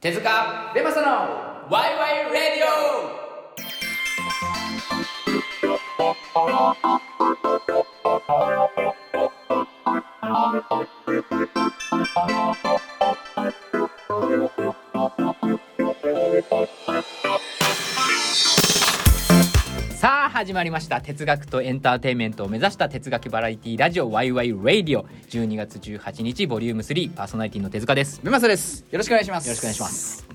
手塚レマサのワイワイレディオさあ始まりました哲学とエンターテインメントを目指した哲学バラエティラジオワイワイレディオ12月18日ボリューム3パーソナリティの手塚ですベマサです。よろしくお願いします。よろしくお願いします。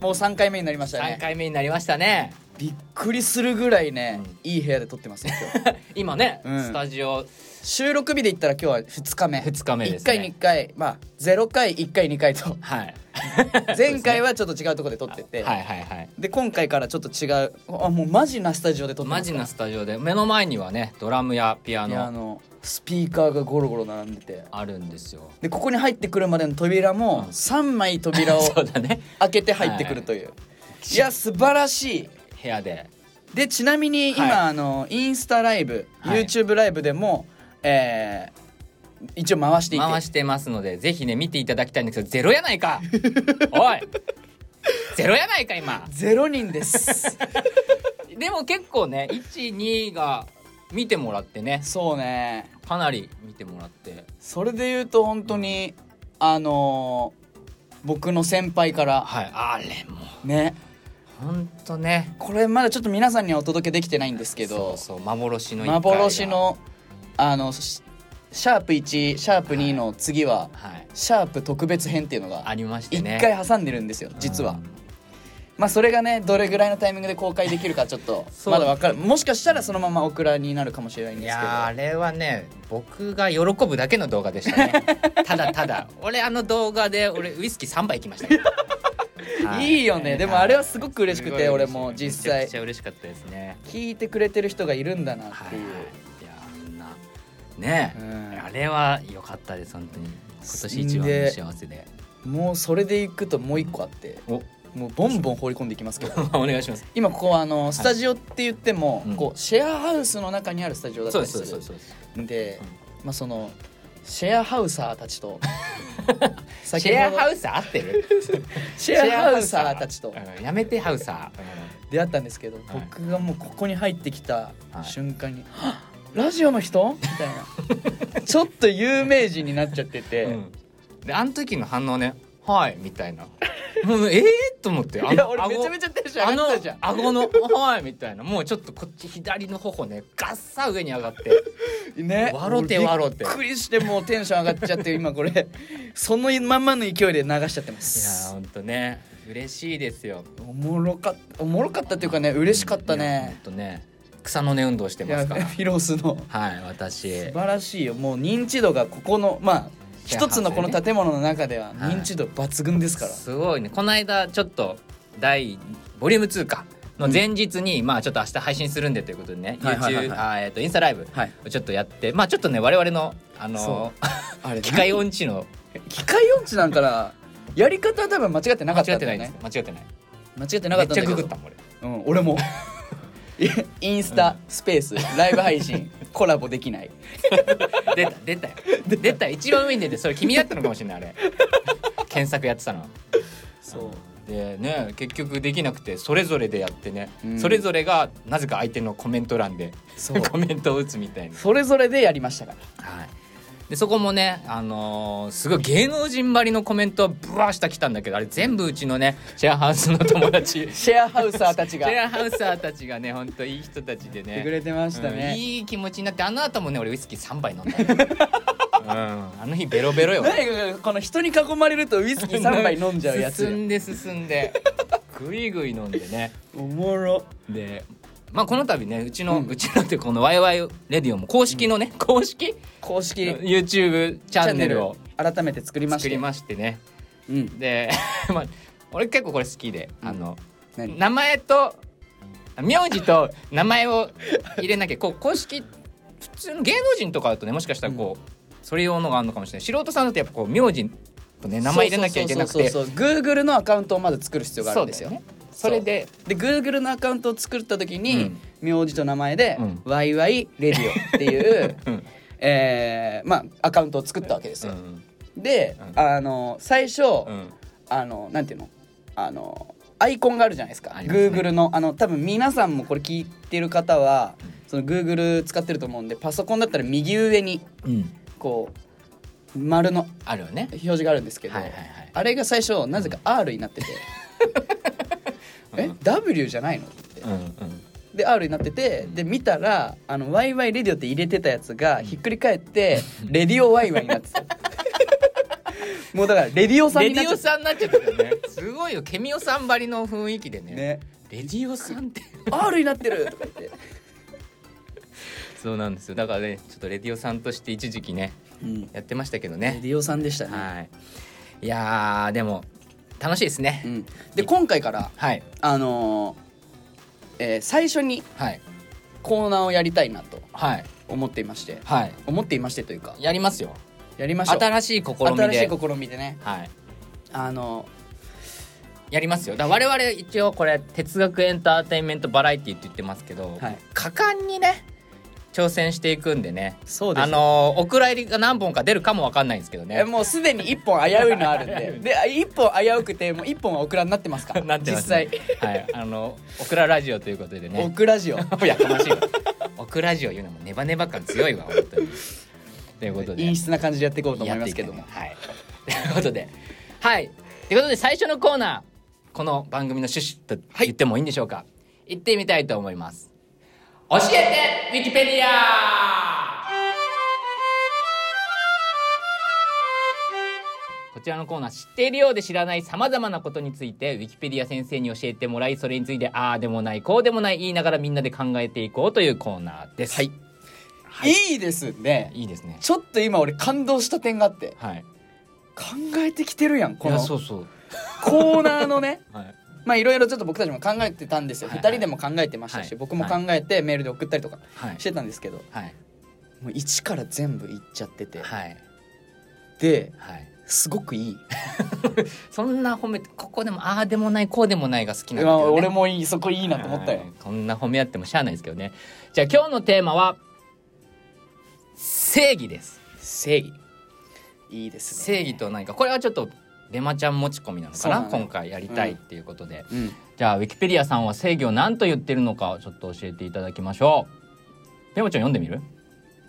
もう三回目になりました3ね。回目になりましたね びっくりするぐらいね、いい部屋で撮ってますね。今日今ね、うんスタジオ 収録日で言ったら今日は二日目。二日目ですね。一回二回、まあゼロ回一回二回とはい 前回はちょっと違うところで撮ってて、はいはいはいで今回からちょっと違う、あもうマジなスタジオで撮ってまマすジから。なスタジオで目の前にはねドラムやピアいやあノのスピーカーがゴロゴロ並んでて。あるんですよでここに入ってくるまでの扉も三枚扉を そうだね開けて入ってくるという。いや素晴らしい。部屋ででちなみに今、はいあのインスタライブ、はい YouTube ライブでも、えー一応回していて回してますのでぜひね見ていただきたいんですけどゼロやない かおいゼロやないか今ゼロ人です でも結構ね12が見てもらってねそうねかなり見てもらってそれで言うと本当に、あのー僕の先輩からはいあれもねうほんとねこれまだちょっと皆さんにはお届けできてないんですけそどうそう幻の一回が幻のあのシシャープ1シャープ2の次は、はいシャープ特別編っていうのがありまして一ね回挟んでるんですよ実は。まあそれがねどれぐらいのタイミングで公開できるかちょっとそうまだわかるもしかしたらそのままオクラになるかもしれないんいですけやどーあれはね僕が喜ぶだけの動画でした ねただただ俺あの動画で俺ウイスキー3杯いきましたから、はい いよねでもあれはすごく嬉しくてすごい俺も実めち際ゃくちゃ嬉しかったですね聞いてくれてる人がいるんだなっはていい、いうやあんなねえ、うんあれは良かったです本当に今年一番の幸せでもうそれでいくともう一個あっておもうボンボン放り込んでいきますけど お願いします今ここはあのスタジオって言っても、うんこうシェアハウスの中にあるスタジオだっそたうでりすそうですすそうるですそうですんでうん、まあ、そのシェアハウサーた ちとシェアハウウス合って るシェアハウサーたちとうんやめてハウサー、出会ったんですけど、い僕がもうここに入ってきたはい瞬間に「はっラジオの人?」みた いなちょっと有名人になっちゃってて、うん、であの時の反応ね「はい」みたいなもうええー、と思ってあいやの俺めちゃめちゃテンション上がってたじゃんあの顎の「はい」みたいなもうちょっとこっち左の頬ねガッサ上に上がってね笑うて笑うてびっくりしてもうテンション上がっちゃって今これそのまんまの勢いで流しちゃってまいやーすほんとね嬉しいですよおもろかったおもろかったっていうかね嬉しかったいやほんねとね草の根運動していまやすからフィロースのはい私素晴らしいよもう認知度がここのまあシェアハ一ウスでつねのこの建物の中でははい認知度抜群ですから、すごいねこの間ちょっと第ボリューム2かの前日に、まあちょっと明日配信するんでということでね、はいはいはい YouTube あーえっとインスタライブはいをちょっとやって、まあちょっとね我々のあのそあれ機械音痴の機械音痴なんからやり方は多分間違ってな間かった違んってだなよいですね間違ってない間違ってなめっかったんちだゃけググったど、もん俺うん、俺もインスタスペースライブ配信コラボできない出た出 たよ出た一番上に出てそれ君だったのかもしれないあれ検索やってたのそうでね結局できなくてそれぞれでやってね、うんそれぞれがなぜか相手のコメント欄でそ うコメントを打つみたいなそれぞれでやりましたからはい、でそこもね、あのーすごい芸能人ばりのコメントはブワーしたきたんだけどあれ全部うちのねシェアハウスの友達 シシェアハウサーたちがェやアハウサーたちがねほんといい人たちでってねくれてましたうんね、いい気持ちになってあの後もね俺ウイスキー3杯飲んだよ、うん、あの日ベロベ ロよ誰がこの人に囲まれるとウイスキー3杯飲んじゃうや進つんで進んでぐいぐい飲んでねおもろでまあこの度ねうちの、ううんちのってこのワイワイレディオも公式のね、公式公式チ YouTube チャャンンネネルルをを改めて作りま作しりたましてねうんで、 まあ、俺結構これ好きで、あの何名前と名字と名前を入れなきゃこう公式普通の芸能人とかだとねもしかしたらこう、それ用のがあるのかもしれない素人さんだとやっぱこう名字とね名前入れなきゃいけなくてそうそうそうそう Google のアカウントをまず作る必要があるんですよそうだねそれでで Google のアカウントを作った時に、名字と名前でうん「ワイワイレディオ」っていう、 うんえーまあ、アカウントを作ったわけですうよ。んで、うんあの最初、うんあのなんていうのあのアイコンがあるじゃないですかありますね Google のあの多分皆さんもこれ聞いてる方はその Google 使ってると思うんでパソコンだったら右上にうん、こう丸のあるよね。表示があるんですけど、はいはいはいあれが最初なぜか R に なってて「え W じゃないの?」ってうんうん。で R になっててで見たら「あのワイワイレディオ」って入れてたやつがひっくり返って「レディオワイワイ」になって たもうだからレディオさんレにデなっィちゃオっさんになっちゃったよね。すごいよ、ケミオさんばりの雰囲気でね。たねレディオさんって。 R になってるとか言って、そうなんですよ。だからね、ちょっとレディオさんとして一時期ね、やってましたけどレね。ディオさんでしたね、はい。いやー、でも、楽しいですね。うん、で今回からはい。あのーえー最初にはい。コーナーをやりたいなとはい。思っていましてはい。思っていましてというかやりますよ。やりましょう新しい試み新しでい。試みでねはい。あのやりますよ。だから我々一応これ哲学エンターテインメントバラエティって言ってますけど、はい果敢にね挑戦していくんでね。そうあのーお蔵入りが何本か出るかもわかんないんですけどえね。もうすでに1本危ういのあるんで であ1本危うくてもう1本はオクラになってますから なってますね、実際。はい。あのオクララジオということで際オね。クラジオ やかましいわ。オクラジオ言うのもネバネバ感強いわ本 当に。ということで。陰湿な感じでやっていこうと思いますけどもやっていきたいねはい。ということで、はい。ということで最初のコーナー、この番組の趣旨と言ってもいいんでしょうか。行ってみたいと思います。教えてウィキペディア。こちらのコーナー知っているようで知らないさまざまなことについてウィキペディア先生に教えてもらいそれについてああでもないこうでもない言いながらみんなで考えていこうというコーナーです。はい、はい、いいですねいいですね。ちょっと今俺感動した点があってはい。考えてきてるやんこいやのそうそう。コーナーの ねはい。まあいろいろちょっと僕たちも考えてたんですよ、は二いはい2人でも考えてましたし、はい僕も考えてメールで送ったりとかはいしてたんですけど、はいもう1から全部いっちゃってて、はいではい。すごく いいそんな褒めてここでもああでもないこうでもないが好きなんまだあけど、ね、俺もいいそこいいなと思ったよはいこんな褒め合ってもしゃあないですけどね。じゃあ今日のテーマは正義です。正義いいですね正義と何かこれはちょっとデマちゃん持ち込みなのかそうな、だね今回やりたいっていうことで、うんじゃあウィキペディアさんは正義を何と言ってるのかちょっと教えていただきましょう。デマちゃん読んでみる？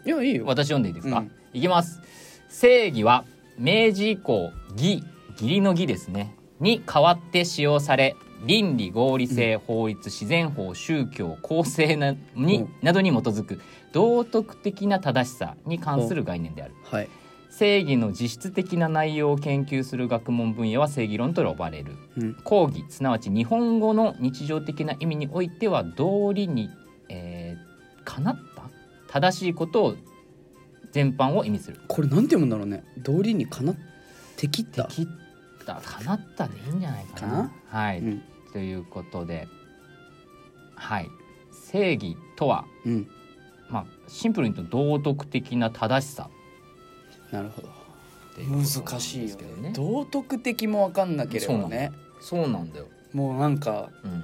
いやいいよ私読んでいいですか、うんいきます正義は明治以降義義理の義ですねに代わって使用され倫理合理性、法律自然法宗教公正なに、うんなどに基づく道徳的な正しさに関する概念であるはい正義の実質的な内容を研究する学問分野は正義論と呼ばれるうん講義すなわち日本語の日常的な意味においては道理に、えーかなった正しいことを全般を意味する。これなんて読むんだろうね道理にかなってきた切ったかなったでいいんじゃないかな。かはい、うんということで、はい、正義とは、うんまあ、シンプルに言うと道徳的な正しさなるほどっていうことなんです難しいよけどね道徳的も分かんなければそうなねそうなんだよ、もうなんかうん、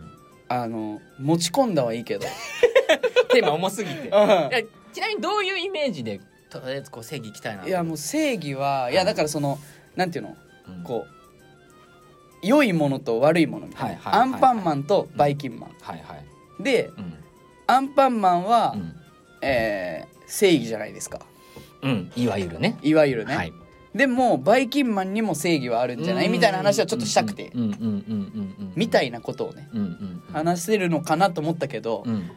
あの持ち込んだはいいけ ど。テーマ重すぎてうん いやちなみにどういうイメージでとりあえずこう正義いきたいないいやもう正義はいやだからそのなんていうのうんこう良いものと悪いものみたはいいなはいはアいンパンマンとバイキンマはいはい、ンでうんアンパンマンはうんえー正義じゃないですかうん、いわゆるね。いわゆるねはい、でもバイキンマンにも正義はあるんじゃないみたいな話はちょっとしたくてうんうんうんうんうん、みたい。いなことをねうんうんうん、話せるのかなと思ったけどうんうん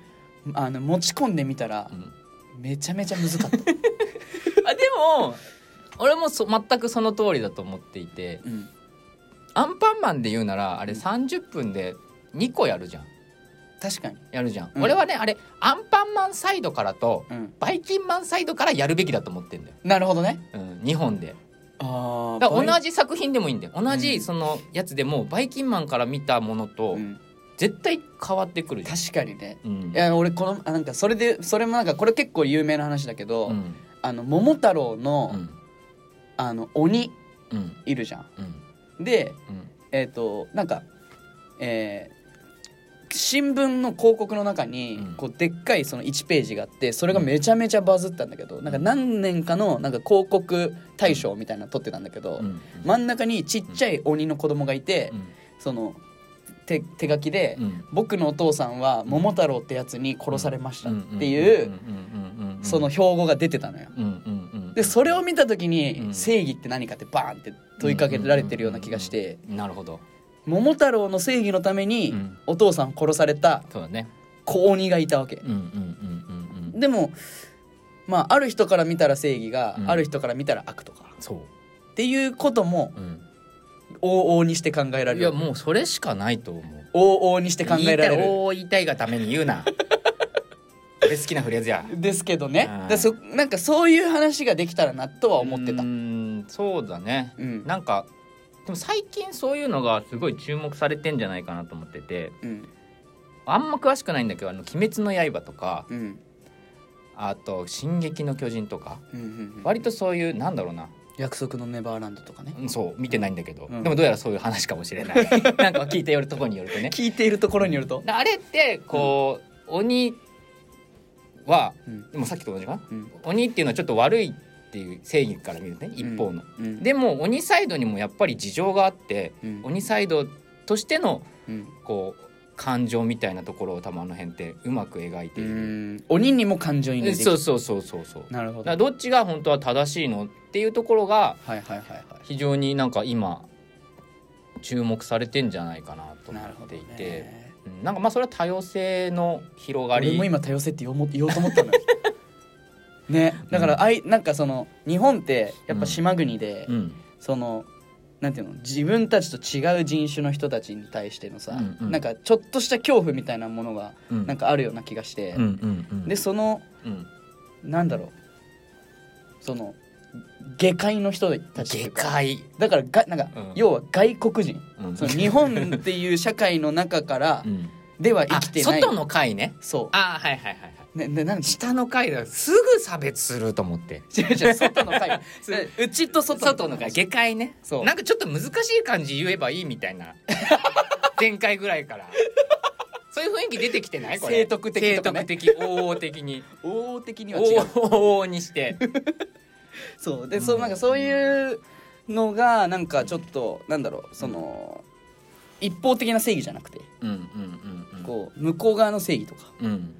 あの持ち込んでみたらめちゃめちゃ難かった。あでも俺もそ全くその通りだと思っていてうんアンパンマンで言うならあれ30分で2個やるじゃん確かに、やるじゃん、うん俺はねあれアンパンマンサイドからとうん、バイキンマンサイドからやるべきだと思ってんだよ、なるほどねうん、2本であだから同じ、じ作品でもいいんだよ同じそのやつでもバイキンマンから見たものとうん絶対変わってくるじゃん、確かにねうんいや俺このあなんかそれでそれもなんかこれ結構有名な話だけど、うんあの桃太郎の,、うんあの鬼うんいるじゃうんん。でうんえっ、となんかえー新聞の広告の中にうんこうでっかいその1ページがあってそれがめちゃめちゃバズったんだけどなんか何年かのなんか広告大賞みたいなの撮ってたんだけどうん真ん中にちっちゃい鬼の子供がいてうんその手手書きで、うん僕のお父さんは桃太郎ってやつに殺されました」っていんううんうんうんうんその標語が出てたのよ。うんうんうんでそれを見た時に、うん正義って何かってバーンって問いかけられてるような気がして、なるほど桃太郎の正義のために、うんお父さんを殺されたそうだね子鬼がいたわけうん。うんうんうんうんでもまあある人から見たら正義が、うんある人から見たら悪とかそっていうこともう、うん、往々にして考えられるいやもうそれしかないと思う往々にして考えら言いたいれるおー言いたいがために言うな俺好きなフレーズやですけどねうんだからそなんかそういう話ができたらなとは思ってたうーんそうだねうんなんかでも最近そういうのがすごい注目されてんじゃないかなと思っててうんあんま詳しくないんだけど「あの鬼滅の刃」とかうんあと「進撃の巨人」とかうんうん割とそういうなんだろうな約束のネバーランドとかねうんそう見てないんだけど、うんでもどうやらそういう話かもしれ ないなんか聞いてよるところによるとね聞いているところによるとだあれってこう、鬼はうんでもさっきと同じかなうん鬼っていうのはちょっと悪いっていう正義から見るとね一方の、うんでも鬼サイドにもやっぱり事情があってうん鬼サイドとしてのうんこう感情みたいなところを多分あの辺ってうまく描いてういる、ん鬼にも感情移入できそうるそうそうそうそうだなるほかどらどっちが本当は正しいのっていうところがはいはいはいはい非常になんか今注目されてんじゃないかなと思なるほっどていてねうんなんかまあそれは多様性の広がり俺も今多様性って言おうも言おうと思った のよねだからあいなんかその日本ってやっぱ島国で、うんそのなんていうの自分たちと違う人種の人たちに対してのさ、うんうんなんかちょっとした恐怖みたいなものがうんなんかあるような気がして、うんうんうんでそのうんなんだろうその下界の人たちってい下うか界だからがなんか、うん要は外国人、うんその日本っていう社会の中からうんでは生あきてない、外の界ねそ、あーはいはいはいはいうねね、なんで 下の階だすぐ差別すると思って違う違う外の 会うちと外外の階下界ねそうなんかちょっと難しい感じ言えばいいみたい な前回ぐらいからそういう雰囲気出てきてないこれ聖徳的とかね聖徳的往々的 に王的には違う往々にしてそうで、そうなんかそういうのがなんかちょっとなんだろうその、一方的な正義じゃなくてうんうんうんうんこう向こう側の正義とかうん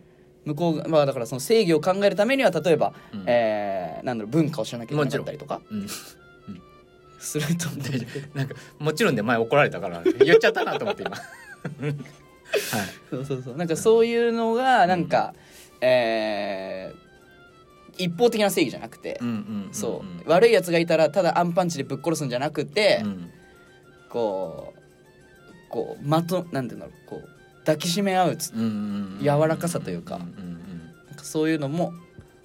向こう側まあだからその正義を考えるためには例えば、うんえーなんだろう文化を知らなきゃいけなかったりとかうん すると思大丈夫なんかもちろんで前怒られたから言っちゃったなと思って今は そうそうそうなんかそういうのがなんか、えー一方的な正義じゃなくて、いん うんそう、ん悪いやつがいたらただアンパンチでぶっ殺すんじゃなくて、うんこうこうまとなんていうんだろうこう抱きしめ合うつうんうんうん柔らかさというかんんなんかそういうのも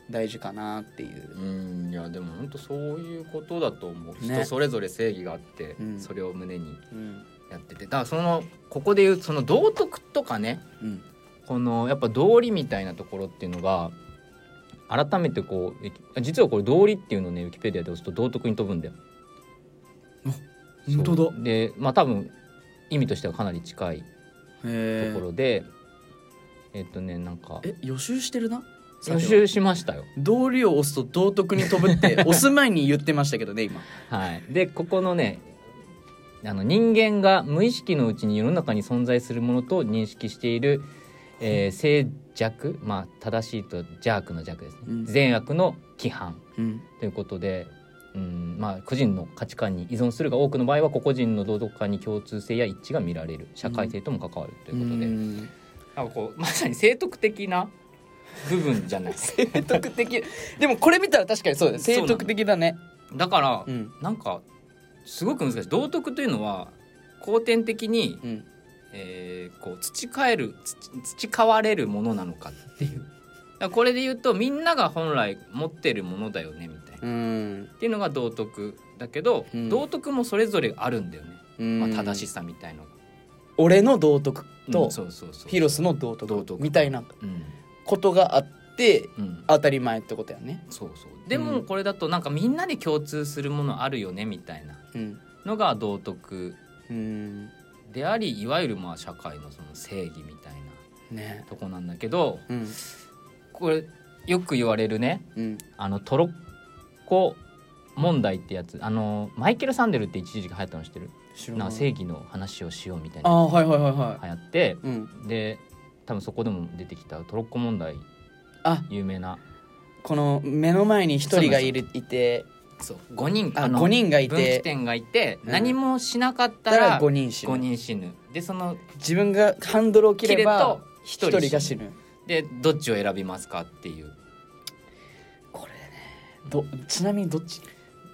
大事かなっていうう、んうんいやでも本当そういうことだと思う、ね人それぞれ正義があって、うんそれを胸にうんやっててだからそのここで言うその道徳とかねうんこのやっぱ道理みたいなところっていうのが改めてこうウィキ実はこれ道理っていうのをねウィキペディアで押すと道徳に飛ぶんだよ。本当そうでまあ多分意味としてはかなり近いとへころで、えっとねなんかえ予習してるな予習しましたよ。道理を押すと道徳に飛ぶって 押す前に言ってましたけどね今はい、でここのねあの人間が無意識のうちに世の中に存在するものと認識している、えー静弱まあ正しいと邪悪の邪悪ですね、うん善悪の規範うんということで、うんまあ、個人の価値観に依存するが多くの場合は個々人の道徳観に共通性や一致が見られる社会性とも関わるとということで、なんかこうまさに聖徳的な部分じゃない 聖徳的でもこれ見たら確かにそうだよそうな聖の徳的だねだから、うんなんかすごく難しい道徳というのは後天的にうんえーこう培えるつ培われるものなのかっていうだからこれで言うとみんなが本来持ってるものだよねみたいなうんっていうのが道徳だけど、うん道徳もそれぞれあるんだよね、まあ、正ししさみたいのが、俺の道徳うとんそうそうそうヒロスの道徳道徳みたいなうんことがあってうん当たり前ってことやねそうそうでもこれだとなんかみんなで共通するものあるよねみたいなうんのが道徳うんでありいわゆるまあ社会のその正義みたいねなとこなんだけどうんこれよく言われるねうんあのトロッコ問題ってやつあのマイケル・サンデルって一時期流行ったの知ってる知らなんなかい正義の話をしようみたいあなあはいはいはいは流行ってい、うん、で多分そこでも出てきたトロッコ問題あ有名なこの目の前に一人がいるいてそう5人あの五人がい分岐て点がいてうん何もしなかったたらら5 5人死ぬ人死ぬでその自分がハンドルを切切れればと一1人が人死死ぬぬでどっちを選びますかっていうこれねどちなみにどっち、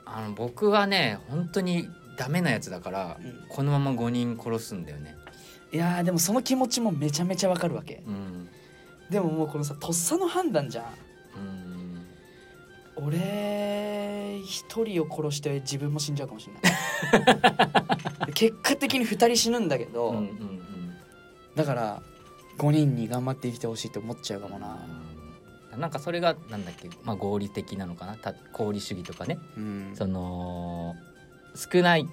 あの僕はね本当にダメなやつだからこのまま5人殺すんだよねいやーでもその気持ちもめちゃめちゃわかるわけうんでももうこのさとっさの判断じゃんうん俺一人を殺して自分も死んじゃうかもしれない 結果的に二人死ぬんだけど、うんうんうんだから5人に頑張って生きてほしいって思っちゃうかもなうんなんかそれがなんだっけ、まあ、合理的なのかなた功利主義とかねうんその少ないん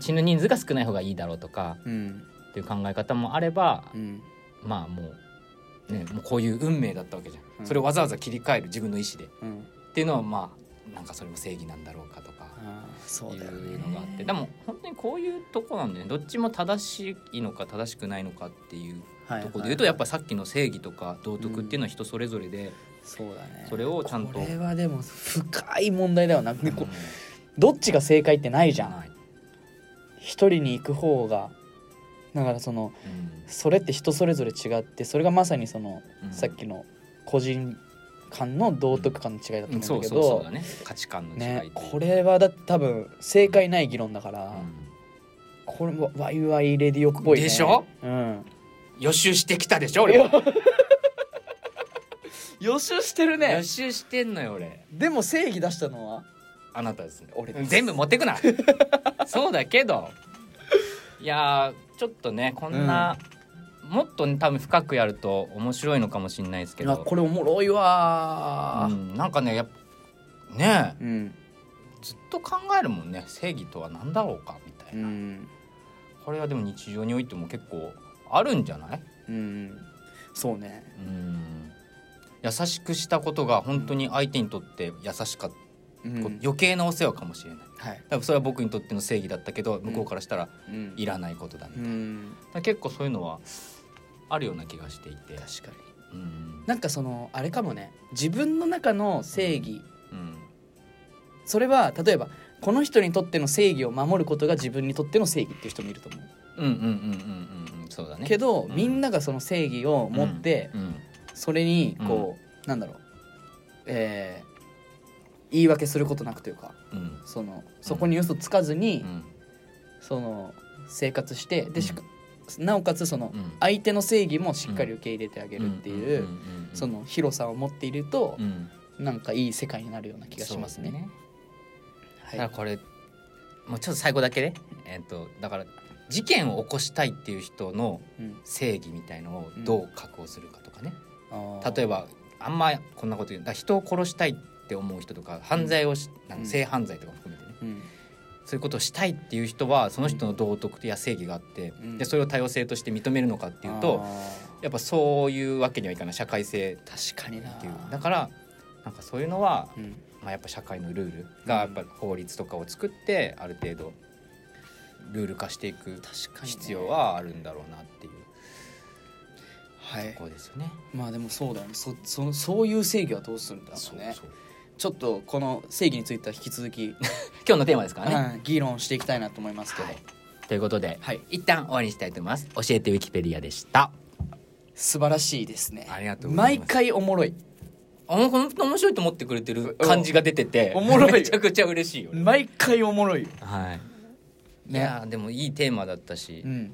死ぬ人数が少ない方がいいだろうとかうんっていう考え方もあればうんまあもう,、ね、もうこういう運命だったわけじゃん、うんそれをわざわざ切り替える自分の意思でっうんていうのはまあなんかそれも正義なんだろうかとかあーいそうだよねうのがあってでも本当にこういうとこなんでねどっちも正しいのか正しくないのかっていうはいとこで言うとやっぱさっきの正義とか道徳っていうのは人それぞれで、そうだねそれをちゃんとこれはでも深い問題だよな、うんこどっちが正解ってないじゃんない一人に行く方がだからそのうそれって人それぞれ違ってそれがまさにその、んうんさっきの個人間の道徳間の違いだうんと思そうんうだけそうそうどだね価値観の違いねっていうこれはだって多分正解ない議論だから、うんこれもワイワイレディオっぽいねでしょうん予習してきたでしょ俺は予習してる予習してんのよ俺でも正義出したのはあなたですね俺です全部持ってく なそうだけどいやーちょっとねこんな、もっとね多分深くやると面白いのかもしれないですけいやどこれおもろいわうーん、なんかねやっぱねえうんずっと考えるもんね正義とは何だろうかみたいうな、んこれはでも日常においても結構あるんじゃないうんそうねうん優しくしたことが本当に相手にとって優しかった、うんこう余計なお世話かもしれないはい多分それは僕にとっての正義だったけど向こうからしたらうんいらないことだね、うんだから結構そういうのはあるような気がしていて確かにうんなんかそのあれかもね自分の中の正義うんそれは例えばこの人にとっての正義を守ることが自分にとっての正義っていう人もいると思う、うんうんうんうんうんうんそうだねけど、うんみんながその正義を持って、うんそれにこう、なんだろうえー言い訳することなくというかうんそのそこに嘘つかずに、うんその生活してでしかうなおかつその、うん相手の正義もしっかり受け入れてあげるっていう,、んんんうんその広さを持っているとう、んなんかいい世界になるような気がしますね。そうだかはいらこれもうちょっと最後だけねえっとだから事件を起こしたいっていう人のうん正義みたいのをどう確保するかとかね、あー例えばあんまこんなこと言うだから人を殺したいって思う人とか犯罪をし、なんか性犯罪とかも含めてねうんそういうことをしたいっていう人はその人の道徳や正義があって、うんでそれを多様性として認めるのかっていうとあやっぱそういうわけにはいかない社会性っー確かになていうだからなんかそういうのは、うんまあ、やっぱ社会のルールがやっぱり法律とかを作ってある程度ルール化していく確かにね必要はあるんだろうなっていうはいところですよね。まあでもそうだよねそそそういう正義はどうするんだろうねちょっとこの正義については引き続き、今日のテーマですからね、うん議論していきたいなと思いますけど、はいということで、はい一旦終わりにしたいと思います教えてウィキペディアでした素晴らしいですねありがとうございます毎回おもろいあの本当面白いと思ってくれてる感じが出てておおもろいよめちゃくちゃ嬉しいよ、ね、毎回おもろいよはいいねやーでもいいテーマだったし、うん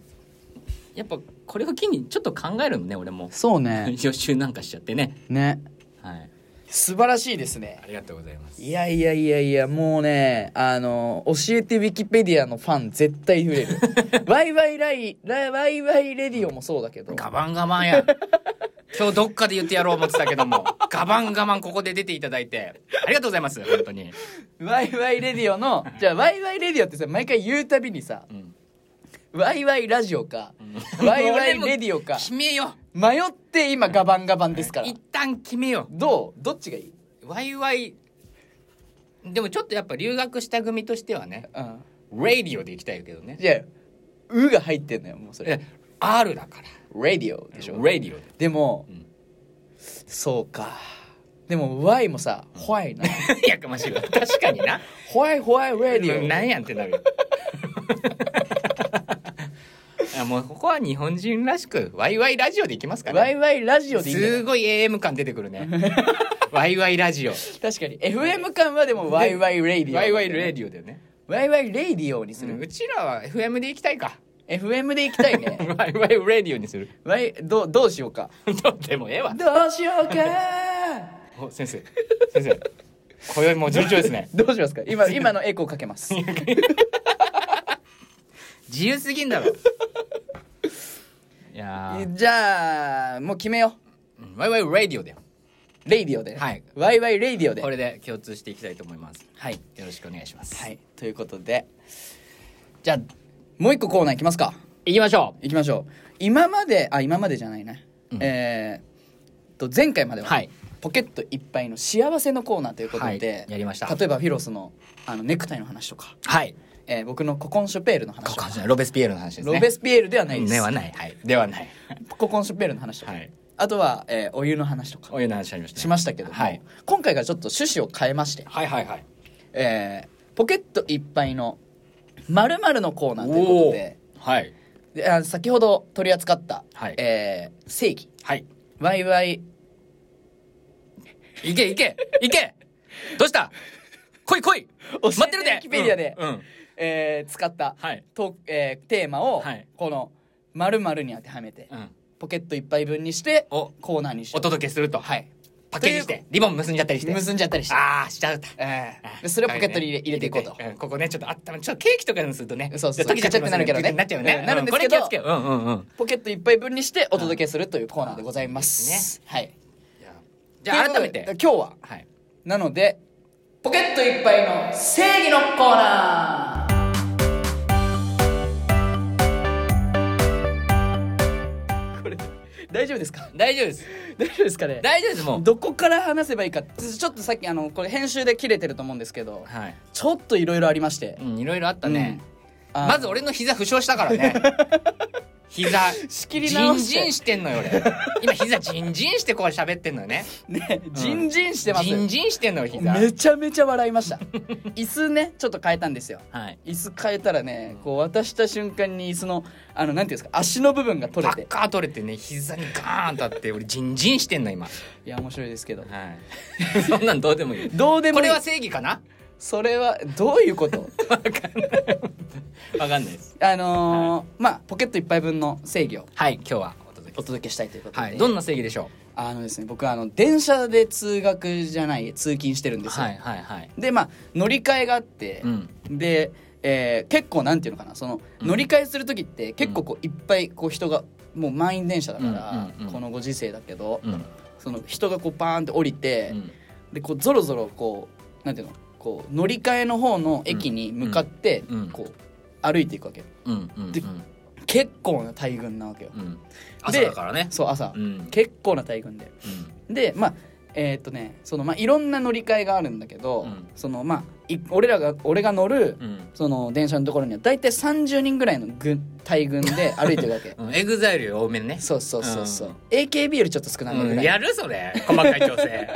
やっぱこれを機にちょっと考えるのね俺もそうね 予習なんかしちゃってねねはい素晴らしいですねありがとうございますいやいやいやいやもうねあの教えてウィキペディアのファン絶対増える ワイワイライラワイワイレディオもそうだけどガバンガバンや今日どっかで言ってやろう思ってたけどもガバンガバンここで出ていただいてありがとうございます本当に、ワイワイレディオのじゃあワイワイレディオってさ毎回言うたびにさうん、ワイワイラジオかワイワイレディオか決めよ迷って今ガバンガバンですから一旦決めよどうどっちがいい、うワイワイでもちょっとやっぱ留学した組としてはねうん、レディオで行きたいけどねじゃあ「う」が入ってんのよもうそいやれ R だから「レディオ」でしょレ ディオででも、うんそうかでも「Y」もさ「ホワイ」な やかましいわ確かにな「ホワイホワイレディオ」なんやんってなる よいやもうここは日本人らしくワイワイラジオで行きますからワイワイラジオでいいんだよすごい AM 感出てくる ねワイワイラジオ確かに FM 感はでもワイワイレディオワイワイレディオだよねオワイワイレディオにすうる、んうちらは FM で行きたいか FM で行きたい ねワイワイレディオにするワイどうどうしようかどうでもええわどうしよ うかお先生先生これもう順調ですねどうしますか今今のエコーかけます 自由すぎんだろいやーじゃあもう決めようんワイワイレディオだようレディオで、はいワイワイレディオでこれで共通していきたいと思いますはいよろしくお願いしますはいということでじゃあもう一個コーナーいきますか行きましょいきましょう今まであ今までじゃないな、うんえー、と前回までは、はいポケットいっぱいの幸せのコーナーということで、はいやりました例えばフィロスのあのネクタイの話とか、うはいえー、僕のココンショペールのこ話とこかじゃないロベスピエールの話ですねロベスピエールではないです、ではないはいではないココンショペールの話とか、はいあとは、えーお湯の話とかお湯の話ありましたねしましたけども、はい今回がちょっと趣旨を変えまして、はいはいはいえーポケットいっぱいの〇〇のコーナーということでおーはいであ先ほど取り扱った、はいえー正義はいワイワイいけいけいけどうした来い来い教えて待ってるでウィキペディアでうんうんえー使った、はいとえーテーマを、はいこの〇〇に当てはめて、うんポケットいっぱい分にしておコーナーにしおよう届けするとはいパッケージしてリボン結んじゃったりして結んじゃったりして、ああしちゃうたえあーでそれをポケットに入れ,、入れていこうとんここねちょっとあったまちょっとケーキとかにするとねそうそうちょっと溶けちゃってますガチャってなるけどねなっちゃうよね、うんなるんですけどうこれ気をつけよううんうんうんポケットいっぱい分にしてお届けするというコーナーでございます、はいじゃあと改めいうことでて今日ははいなのでポケットいっぱいの正義のコーナーこれ大丈夫ですか 大丈夫です大丈夫ですかね大丈夫ですもうどこから話せばいいかちょっとさっきあのこれ編集で切れてると思うんですけどはいちょっといろいろありましてうんいろいろあったね、うんあーまず俺の膝負傷したから ね膝仕切り直しジてンジンしてんのよ俺今膝ジンジンしてこう喋ってんのよねねじんじんしてますジンジンしてんのよ膝めちゃめちゃ笑いました 椅子ねちょっと変えたんですよはい椅子変えたらねこう渡した瞬間に椅子のあのなんていうんですか足の部分が取パれッてカー取れてね膝にガーンとあって俺ジンジンしてんの 今いや面白いですけどはいそんなんどうでもいいどうでもこいいれは正義かなそれはどういうこと わかんないですあのーまあポケットいっぱい分の正義をはい今日はお届けお届けしたいということで、はいどんな正義でしょあのですね僕はあの電車で通学じゃない通勤してるんうですよ、いはいはいでまあ乗り換えがあって、うんで、えー結構なんていうのかなそのうん乗り換えする時って結構こういっぱいこう人がもう満員電車だから、うんうんうんこのご時世だけど、うんその人がこうパーンって降りて、うんでこうぞろぞろこうなんていうのこう乗り換えの方の駅に向かってうんうんこう歩いていくわけうんうんで結構な大群なわけよ、うん朝だからねそう朝、うん結構な大群ででまあえーっとねそのまあいろんな乗り換えがあるんだけど、うんそのまあい俺らが俺が乗る、うんうんその電車のところには大体30人ぐらいの軍大群 で歩いてるわけうんエグザイルより多めにねそうそうそうそう、うん AKB よりちょっと少なめぐうらんい、やるそれ細かい調 整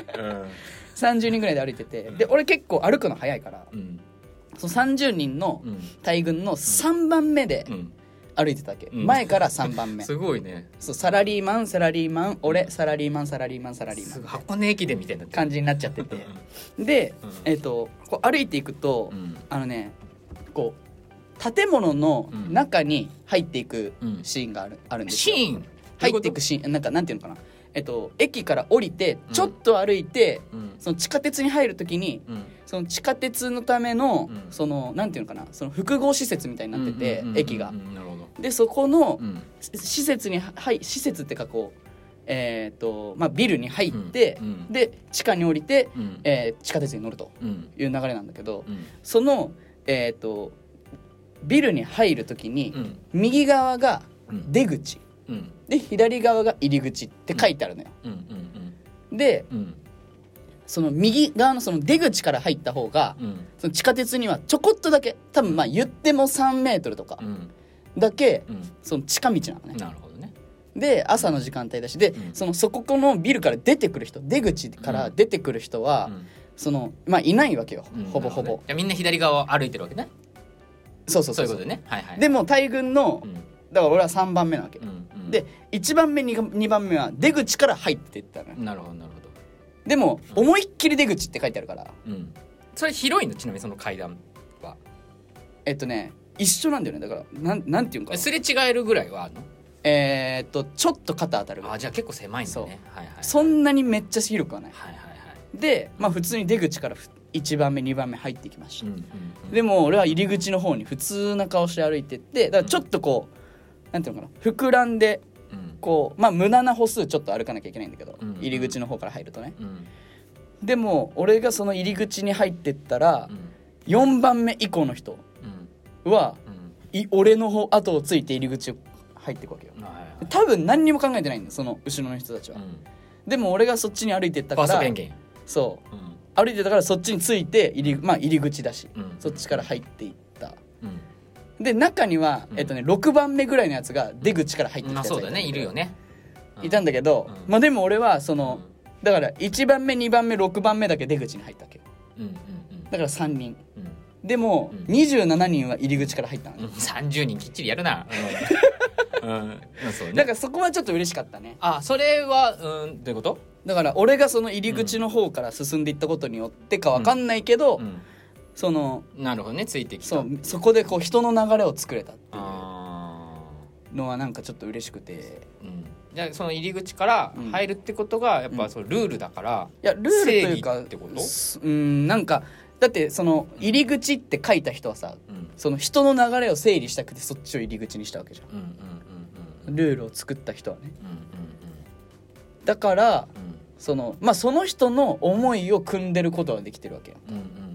30人ぐらいで歩いてて、でう俺結構歩くの早いからうんうんその30人のうん大群の3番目でうん歩いてたわけ、うん前から3番目 すごいねそうサラリーマンサラリーマン俺サラリーマンサラリーマンサラリーマすンごい箱根駅伝みたいになってる感じになっちゃっててで、うんえっとこう歩いていくと、うんあのねこう建物の中に入っていくうんシーンがある,、ん、あるんですシよーン入っていくシーンなんかなんていうのかなえっと駅から降りてちょっと歩いて、うんその地下鉄に入るときにうんその地下鉄のための、うんそのなんていうのかなその複合施設みたいになってうんて、うんうんうん駅がう。んなるほどでそこの、うんし施設にはい施設ってかこうえっ、とまあビルに入って、うんうんで地下に降りて、うんえー地下鉄に乗るとうんいう流れなんだけど、うんそのえっ、とビルに入るときに、うん右側がうん出口うんで左側が入り口って書いてあるのよ。うんうんでうんその右側のその出口から入った方がうんその地下鉄にはちょこっとだけ多分まあ言っても3メートルとかうんだけうんその近道なのねなるほどねで朝の時間帯だしでうんそのそこのビルから出てくる人出口から出てくる人はそのまあいないわけようんほぼなるどほぼねじゃあみんな左側を歩いてるわけねそうそうそそういううそことうねはいはいでも大群のうんだから俺は3番目なわけうんうんで1番目 2, 番目は出口から入っていったのよなるほどなるほどでも思いっきり出口って書いてあるからうんそれ広いのちなみにその階段はえっとね一緒なんだよねだからなんなんていうんかなすれ違えるぐらいはあるのえーっとちょっと肩当たるぐらいあじゃあ結構狭いんだそうねはいはいそんなにめっちゃ広くはないはいはいはいでまあ普通に出口から1番目2番目入っていきましうた、んうんうんでも俺は入り口の方に普通な顔して歩いてってだからちょっとこうなんていうのかな膨らんでうんこうまあ無駄な歩数ちょっと歩かなきゃいけないんだけど、うん入り口の方から入るとねうんでも俺がその入り口に入ってったらう、ん4番目以降の人うんはうんい俺の方後をついて入り口を入っていくわけよはいはい多分何にも考えてないんだよその後ろの人たちは、うんでも俺がそっちに歩いてったファーかストらペンギンそうんう歩いてたからそっちについて入り,、まあ、入り口だし、うんそっちから入っていったうんで中には、うんえっとね、6番目ぐらいのやつが出口から入ってきまあたやつがそうだねいるよねうんいたんだけど、うんまあでも俺はそうのんだから1番目2番目6番目だけ出口に入ったわけようんだから3人うんうんでも、うん27人は入り口から入ったのうんね、 30人きっちりやるなうんうんそうだねからそこはちょっと嬉しかったねあそれはうんどういうことだから俺がその入り口の方から進んでいったことによってかわかんないけど、うんそのなるほどねついてきたそうそこでこう人の流れを作れたっていあうのはなんかちょっと嬉しくてーうんじゃあその入り口から入るってことがやっぱそのルールだからいやルールという正か義ってことすうんなんかだってその入り口って書いた人はさうんその人の流れを整理したくてそっちを入り口にしたわけじゃうんうんうんうんんルールを作った人はねうんだからうんうんそのまあその人の思いを組んでることはできてるわけようんうん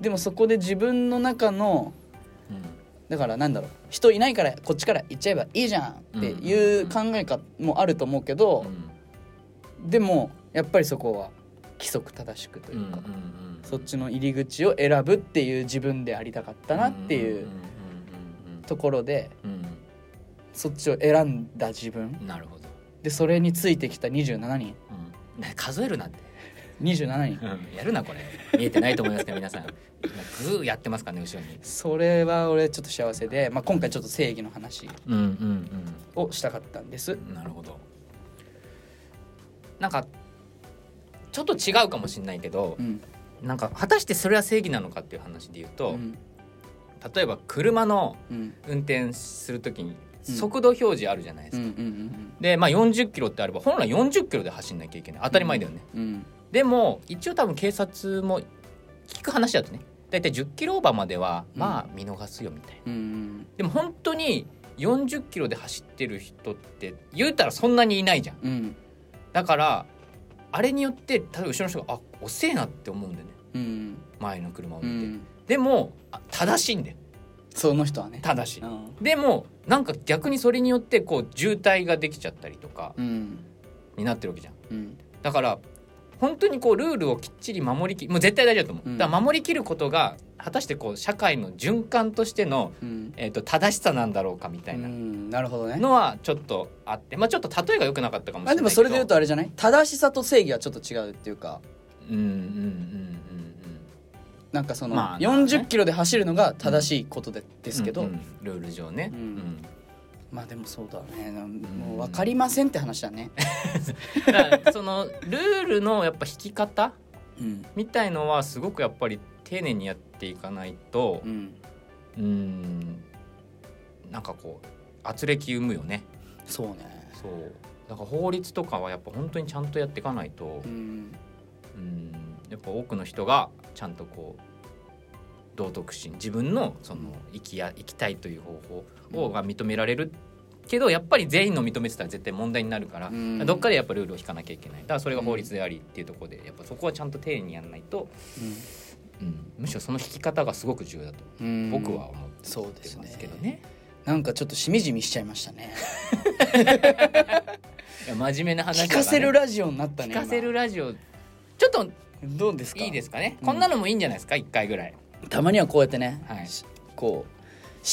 でもそこで自分の中のうんうんだからなんだろう人いないからこっちから行っちゃえばいいじゃんっていう考えかもあると思うけど、でもやっぱりそこは規則正しくとういんうんうか、うんそっちの入り口を選ぶっていう自分でありたかったなっていんううんところでうんうんそっちを選んだ自分うんなるほどでそれについてきた27人うんね数えるなんて27人やるなこれ見えてないと思いますけど皆さん今グーやってますからね後ろにそれは俺ちょっと幸せで、まあ、今回ちょっと正義の話うんをしたかったんですうんうんなるほどなんかちょっと違うかもしれないけどうんなんか果たしてそれは正義なのかっていう話で言ううと、ん例えば車のうん運転する時にうん速度表示あるじゃないですうんか、うんで、まあ、40キロってあれば本来40キロで走んなきゃいけない当たり前だよね、うんうんでも一応多分警察も聞く話だとね大体10キロオーバーまではまあ見逃すよみたいな。うんうんでも本当に40キロで走ってる人って言うたらそんなにいないじゃんうんだからあれによって例えば後ろの人があ遅えなって思うんだよねうん前の車をう見て、んでもあ正しいんだよその人はね正しいうんでもなんか逆にそれによってこう渋滞ができちゃったりとかうんになってるわけじゃんうんだから本当にこうルールをきっちり守りきもう絶対大事だと思う、うんだから守りきることが果たしてこう社会の循環としての、うんえー、と正しさなんだろうかみたいなうんなるほどねのはちょっとあってまあちょっと例えが良くなかったかもしれなあいけでどもそれで言うとあれじゃない正しさと正義はちょっと違うっていうかうんうんうんなんかそのまあね40キロで走るのが正しいことででですけど、ルール上ね、うんまあでもそうだねなもううん分かりませんって話だね、だからそのルールのやっぱ引き方うんみたいのはすごくやっぱり丁寧にやっていかないとうん、うんなんかこう圧力生むよねそうねそうだから法律とかはやっぱ本当にちゃんとやっていかないとう、んうん、やっぱ多くの人がちゃんとこう道徳心自分のその生きや生きたいという方法をが認められるけどやっぱり全員の認めてたら絶対問題になるから、うんどっかでやっぱルールを引かなきゃいけないだからそれが法律でありっていうところでやっぱそこはちゃんと丁寧にやんないと、うんむしろその引き方がすごく重要だとうん僕は思ってそうですまねすけどね。なんかちょっとしみじみしちゃいましたねいや真面目な話聞だらねかせるラジオになったね聞かせるラジオちょっとどうですかいいですかねうんこんなのもいいんじゃないですか一回ぐらいたまにはこうやってね、はいしこう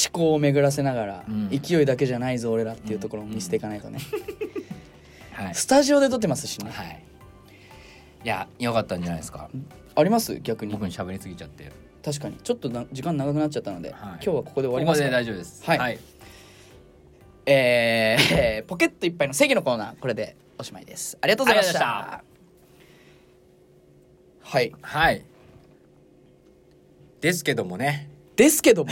思考を巡らせながら、うん勢いだけじゃないぞ俺らっていうところを見せていかないとね、はいスタジオで撮ってますしね、はいいや良かったんじゃないですかあります逆に僕に喋りすぎちゃって確かにちょっとな時間長くなっちゃったので、はい今日はここで終わこりこますでか大丈夫ですはいえーえーポ ケットいっぱいの正義のコーナーこれでおしまいですありがとうございましたあはいはいですけどもねです けども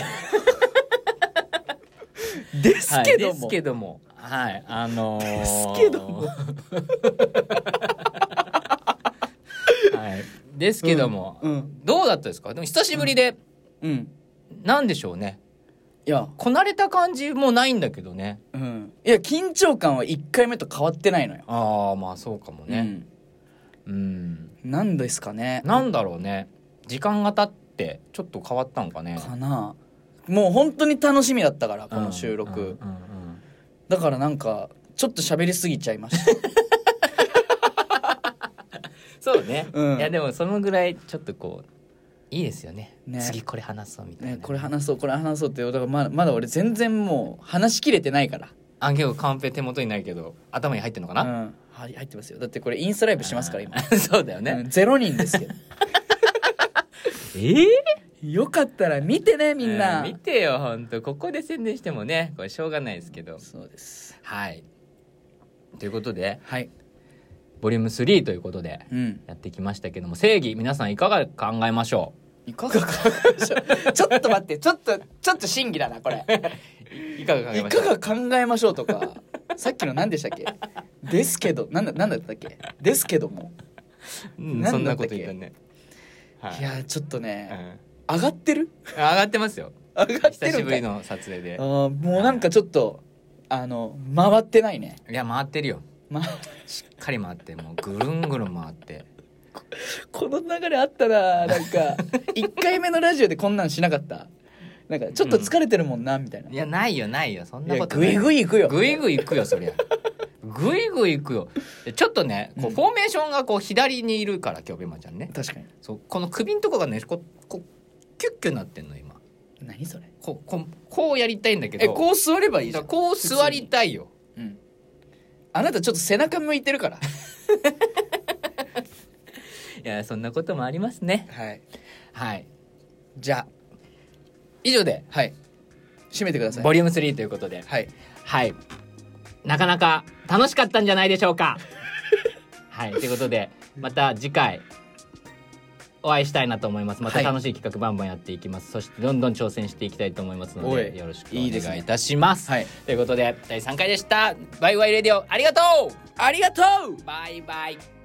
ですはけどい、ですも、けどもはいあのー、ですけ どもはいですけども、うんどうだったですかでも久しぶりで、うんなんでしょうねいやこなれた感じもないんだけどねうんいや緊張感は1回目と変わってないのよ、ああまあそうかもねうん、うん、なんですかねなんだろうね時間が経ってちょっと変わったのかねかなもう本当に楽しみだったからこの収録、うんうんうんうんだからなんかちょっと喋りすぎちゃいましたそうね、うんいやでもそのぐらいちょっとこういいですよねね次これ話そうみたいな、ねこれ話そうこれ話そうってだからまだまだ俺全然もう話しきれてないからあんけどカンペ手元にないけど頭に入ってんのかな、うん、はい入ってますよだってこれインスタライブしますから今、あー そうだよね、うん、ゼロ人です けどええよかったら見てねみんな、見てよほんとここで宣伝してもねこれしょうがないですけどそうですはいということではいボリューム3ということでうんやってきましたけども正義皆さんいかが考えましょいかがかちょっと待ってちょっとちょっと審議だなこれういかが考えいましょうかが考えましょうとかさっきの何でしたっけですけどなんだなんだったっけですけども、うんなんだったっそんなことけ言ったねはいい、やーちょっとね、うん上がってる上がってますよ上がってるんかい久しぶりの撮影であーもうなんかちょっとあの回ってないね、いや回ってるよま、しっかり回ってもうぐるんぐるん回って この流れあったななん か1回目のラジオでこんなんしなかったなんかちょっと疲れてるもんなみたいな、いやないよないよそんいなやことグイグイイ行くよグイグイ行くよそりゃグイグイ行くよでちょっとねこううんフォーメーションがこう左にいるから今日ベマちゃんね確かにそうこの首のとこがねこうこうキュッキュなってんの今何それこうこうこうやりたいんだけどえこう座ればいいだじかゃらん、こう座りたいようん、あなたちょっと背中向いてるから いやそんなこともありますねはいはいじゃ以上であはい締めてくださいボリューム3ということではいはい。なかなか楽しかったんじゃないでしょう か。はい。ということで、また次回、お会いしたいなと思います。またはい楽しい企画バンバンやっていきます。そして、どんどん挑戦していきたいと思いますのおで、いよろしくおいいです願いねいたします。はいということで、第3回でした。バイバイレディオ、ありがとうありがとうバイバイ。